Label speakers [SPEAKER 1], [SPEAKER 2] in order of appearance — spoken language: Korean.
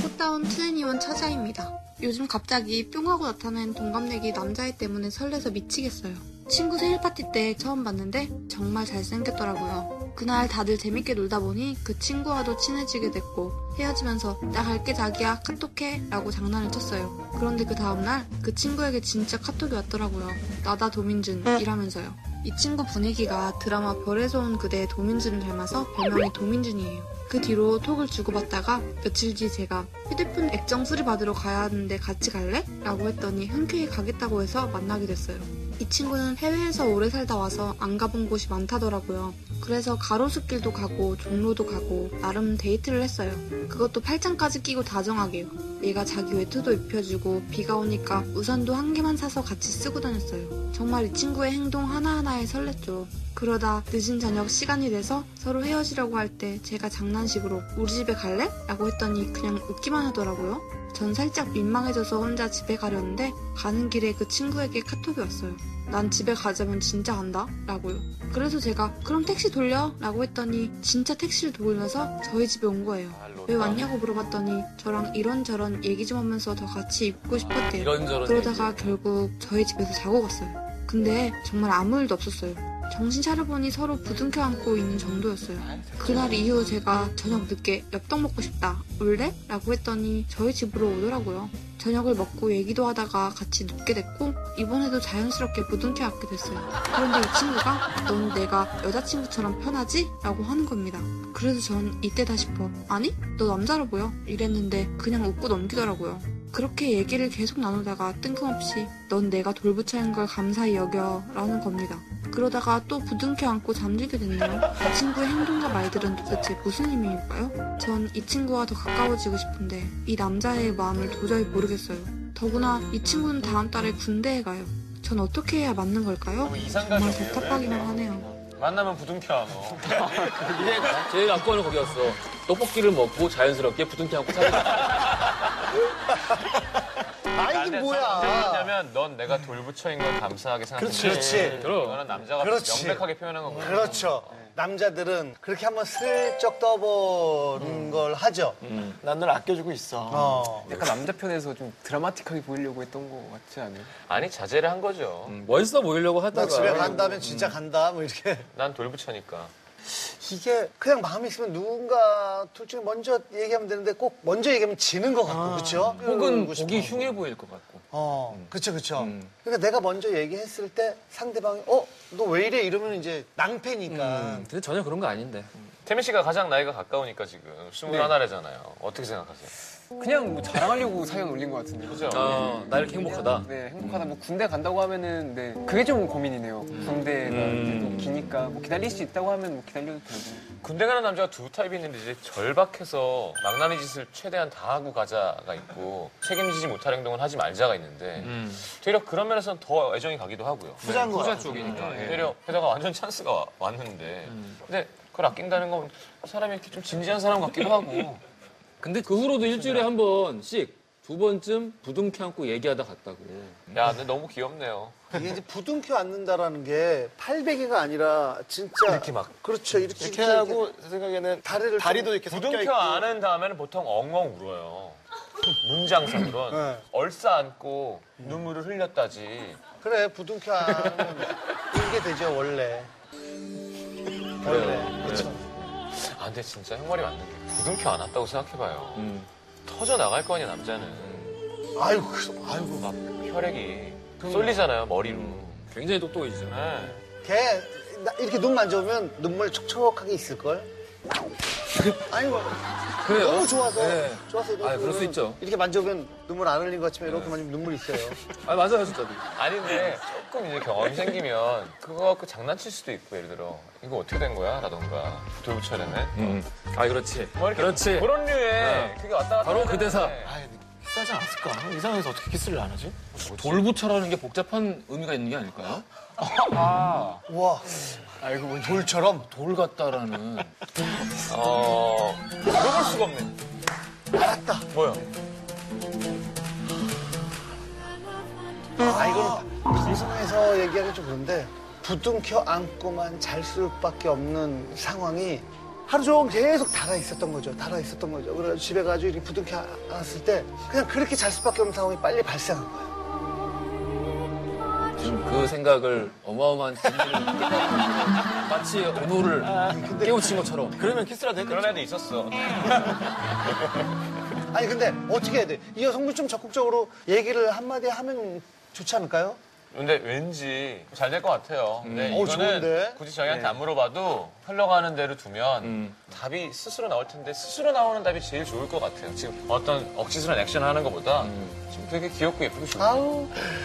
[SPEAKER 1] 찾아온 트애니원 차자입니다. 요즘 갑자기 뿅 하고 나타난 동갑내기 남자애 때문에 설레서 미치겠어요. 친구 생일 파티 때 처음 봤는데 정말 잘생겼더라고요. 그날 다들 재밌게 놀다 보니 그 친구와도 친해지게 됐고 헤어지면서 나 갈게 자기야 카톡해 라고 장난을 쳤어요. 그런데 그 다음날 그 친구에게 진짜 카톡이 왔더라고요. 나다 도민준 이라면서요. 이 친구 분위기가 드라마 별에서 온 그대 도민준을 닮아서 별명이 도민준이에요. 그 뒤로 톡을 주고받다가 며칠 뒤 제가 휴대폰 액정 수리받으러 가야 하는데 같이 갈래? 라고 했더니 흔쾌히 가겠다고 해서 만나게 됐어요. 이 친구는 해외에서 오래 살다 와서 안 가본 곳이 많다더라고요. 그래서 가로수길도 가고 종로도 가고 나름 데이트를 했어요. 그것도 팔짱까지 끼고 다정하게요. 얘가 자기 외투도 입혀주고 비가 오니까 우산도 한 개만 사서 같이 쓰고 다녔어요. 정말 이 친구의 행동 하나하나에 설렜죠. 그러다 늦은 저녁 시간이 돼서 서로 헤어지려고 할 때 제가 장난식으로 우리 집에 갈래? 라고 했더니 그냥 웃기만 하더라고요. 전 살짝 민망해져서 혼자 집에 가려는데 가는 길에 그 친구에게 카톡이 왔어요. 난 집에 가자면 진짜 간다? 라고요. 그래서 제가 그럼 택시 돌려? 라고 했더니 진짜 택시를 돌면서 저희 집에 온 거예요. 왜 왔냐고 물어봤더니 저랑 이런저런 얘기 좀 하면서 더 같이 입고 싶었대요.
[SPEAKER 2] 이런저런
[SPEAKER 1] 그러다가 결국 저희 집에서 자고 갔어요. 근데 정말 아무 일도 없었어요. 정신 차려보니 서로 부둥켜 안고 있는 정도였어요. 그날 이후 제가 저녁 늦게 엽떡 먹고 싶다. 올래? 라고 했더니 저희 집으로 오더라고요. 저녁을 먹고 얘기도 하다가 같이 눕게 됐고 이번에도 자연스럽게 부둥켜 안게 됐어요. 그런데 이 친구가 넌 내가 여자친구처럼 편하지? 라고 하는 겁니다. 그래서 전 이때다 싶어 아니? 너 남자로 보여? 이랬는데 그냥 웃고 넘기더라고요. 그렇게 얘기를 계속 나누다가 뜬금없이 넌 내가 돌부처인 걸 감사히 여겨 라는 겁니다. 그러다가 또 부둥켜 안고 잠들게 됐네요. 이 친구의 행동과 말들은 도대체 무슨 의미일까요? 전 이 친구와 더 가까워지고 싶은데 이 남자의 마음을 도저히 모르겠어요. 더구나 이 친구는 다음 달에 군대에 가요. 전 어떻게 해야 맞는 걸까요?
[SPEAKER 3] 너무
[SPEAKER 1] 정말
[SPEAKER 3] 이상가족이에요.
[SPEAKER 1] 답답하기만 하네요.
[SPEAKER 3] 만나면 부둥켜
[SPEAKER 2] 뭐.
[SPEAKER 3] 안어.
[SPEAKER 2] 제일 아까운 거기였어. 떡볶이를 먹고 자연스럽게 부둥켜 안고 사는
[SPEAKER 4] 아 이게 뭐야?
[SPEAKER 3] 왜냐면 넌 내가 돌부처인 걸 감사하게 생각해.
[SPEAKER 4] 그렇지.
[SPEAKER 3] 너는 남자가
[SPEAKER 4] 그렇지.
[SPEAKER 3] 명백하게 표현한 거고.
[SPEAKER 4] 그렇죠. 남자들은 그렇게 한번 슬쩍 떠보는 걸 하죠.
[SPEAKER 5] 난 널 아껴주고 있어.
[SPEAKER 4] 어.
[SPEAKER 6] 약간 남자 편에서 좀 드라마틱하게 보이려고 했던 거 같지 않아요?
[SPEAKER 3] 아니 자제를 한 거죠.
[SPEAKER 2] 음, 멋있어 보이려고
[SPEAKER 4] 나 집에
[SPEAKER 2] 하다가
[SPEAKER 4] 간다면 진짜 간다. 뭐 이렇게.
[SPEAKER 3] 난 돌부처니까.
[SPEAKER 4] 이게 그냥 마음이 있으면 누군가 둘 중에 먼저 얘기하면 되는데 꼭 먼저 얘기하면 지는 것 같고, 그렇죠?
[SPEAKER 2] 혹은 보기 흉해 보일 것 같고.
[SPEAKER 4] 어, 그렇죠, 그렇죠. 그러니까 내가 먼저 얘기했을 때 상대방이 어, 너 왜 이래 이러면 이제 낭패니까.
[SPEAKER 2] 음, 근데 전혀 그런 거 아닌데.
[SPEAKER 3] 태민 씨가 가장 나이가 가까우니까 지금 21살이잖아요. 어떻게 생각하세요? 어,
[SPEAKER 6] 그냥 뭐 자랑하려고 사연 올린 것 같은데.
[SPEAKER 3] 그죠?
[SPEAKER 2] 아, 나 이렇게 행복하다.
[SPEAKER 6] 네, 행복하다. 뭐 군대 간다고 하면은 네, 그게 좀 고민이네요. 군대가 이제
[SPEAKER 2] 음.
[SPEAKER 6] 또 기니까 뭐 기다릴 수 있다고 하면 뭐 기다려도 되고.
[SPEAKER 3] 군대 가는 남자가 두 타입이 있는데 이제 절박해서 망나니 짓을 최대한 다 하고 가자가 있고 책임지지 못할 행동은 하지 말자가 있는데
[SPEAKER 2] 음.
[SPEAKER 3] 되려 그런 면에서는 더 애정이 가기도 하고요.
[SPEAKER 4] 부자인
[SPEAKER 2] 네.
[SPEAKER 4] 거야. 음.
[SPEAKER 3] 쪽이니까
[SPEAKER 5] 예.
[SPEAKER 2] 예.
[SPEAKER 3] 되려 예. 게다가 완전 찬스가 와- 왔는데
[SPEAKER 5] 음.
[SPEAKER 3] 근데 그걸 아낀다는 건 사람이 이렇게 좀 진지한 사람 같기도 하고
[SPEAKER 2] 근데 그 후로도 일주일에 한 번씩 두 번쯤 부둥켜 안고 얘기하다 갔다고.
[SPEAKER 3] 야 근데 너무 귀엽네요.
[SPEAKER 4] 이게 이제 부둥켜 앉는다라는 게 팔베개가 아니라 진짜
[SPEAKER 3] 이렇게 막.
[SPEAKER 4] 그렇죠 이렇게
[SPEAKER 5] 이렇게 하고 제 생각에는
[SPEAKER 4] 다리를
[SPEAKER 5] 다리도 이렇게 섞여
[SPEAKER 3] 부둥켜
[SPEAKER 5] 있고.
[SPEAKER 3] 안은 다음에는 보통 엉엉 울어요. 문장상으론
[SPEAKER 4] 네.
[SPEAKER 3] 얼싸 안고 눈물을 흘렸다지
[SPEAKER 4] 그래 부둥켜 앉는 이게 되죠 원래 원래 그렇죠
[SPEAKER 3] 아, 근데 진짜 형 말이 맞는 게 부둥켜 안 왔다고 생각해봐요.
[SPEAKER 5] 음.
[SPEAKER 3] 터져 나갈 거 아니야 남자는.
[SPEAKER 4] 아이고 그- 아이고
[SPEAKER 3] 막 혈액이 쏠리잖아요 머리로.
[SPEAKER 2] 굉장히 똑똑해지죠.
[SPEAKER 3] 네.
[SPEAKER 2] 예.
[SPEAKER 4] 걔 나- 이렇게 눈 만져보면 눈물 촉촉하게 있을 걸 아이고
[SPEAKER 2] 그래요?
[SPEAKER 4] 너무 좋아서
[SPEAKER 2] 네.
[SPEAKER 4] 좋아서 이렇게
[SPEAKER 2] 아, 그럴 수
[SPEAKER 4] 보면
[SPEAKER 2] 있죠.
[SPEAKER 4] 이렇게 만져보면 눈물 안 흘린 것 같지만 이렇게 만지면 눈물 있어요
[SPEAKER 2] 아, 맞아요, 진짜.
[SPEAKER 3] 아닌데 조금 이제 경험이 생기면 그거 갖고 장난칠 수도 있고 예를 들어 이거 어떻게 된 거야? 라던가 돌부처 되네.
[SPEAKER 2] 아, 그렇지.
[SPEAKER 3] 뭐 이렇게
[SPEAKER 2] 그렇지.
[SPEAKER 3] 그런 류의 그게 왔다 갔다
[SPEAKER 2] 바로 그 대사.
[SPEAKER 5] 싸지 않았을까? 이 상황에서 어떻게 키스를 안 하지?
[SPEAKER 2] 돌부처라는 게 복잡한 의미가 있는 게 아닐까요?
[SPEAKER 4] 우와
[SPEAKER 5] 알고 보니
[SPEAKER 4] 돌처럼
[SPEAKER 2] 돌 같다라는.
[SPEAKER 3] 어... 물어볼 수가 없네.
[SPEAKER 4] 알았다
[SPEAKER 3] 뭐야?
[SPEAKER 4] 아 이거는 방송에서 얘기하기 좀 그런데 부둥켜 안고만 잘 수밖에 없는 상황이 하루 종일 계속 달아 있었던 거죠. 달아 있었던 거죠. 그래서 집에 가지고 이렇게 부둥켜 안았을 때 그냥 그렇게 잘 수밖에 없는 상황이 빨리 발생한 거예요.
[SPEAKER 2] 지금 그 생각을 어마어마한 진리를 마치 오노를 깨우친 것처럼
[SPEAKER 5] 그러면 키스라도 했겠죠.
[SPEAKER 3] 그런 애도 있었어.
[SPEAKER 4] 아니 근데 어떻게 해야 돼? 이 여성분 좀 적극적으로 얘기를 한마디 하면 좋지 않을까요?
[SPEAKER 3] 근데 왠지 잘 될 것 같아요. 근데
[SPEAKER 4] 어,
[SPEAKER 3] 이거는
[SPEAKER 4] 좋은데?
[SPEAKER 3] 굳이 저희한테 안 물어봐도 흘러가는 대로 두면
[SPEAKER 2] 음.
[SPEAKER 3] 답이 스스로 나올 텐데 스스로 나오는 답이 제일 좋을 것 같아요. 지금 어떤 억지스러운 액션 하는 것보다 지금 되게 귀엽고 예쁘고 좋아요.
[SPEAKER 4] 아우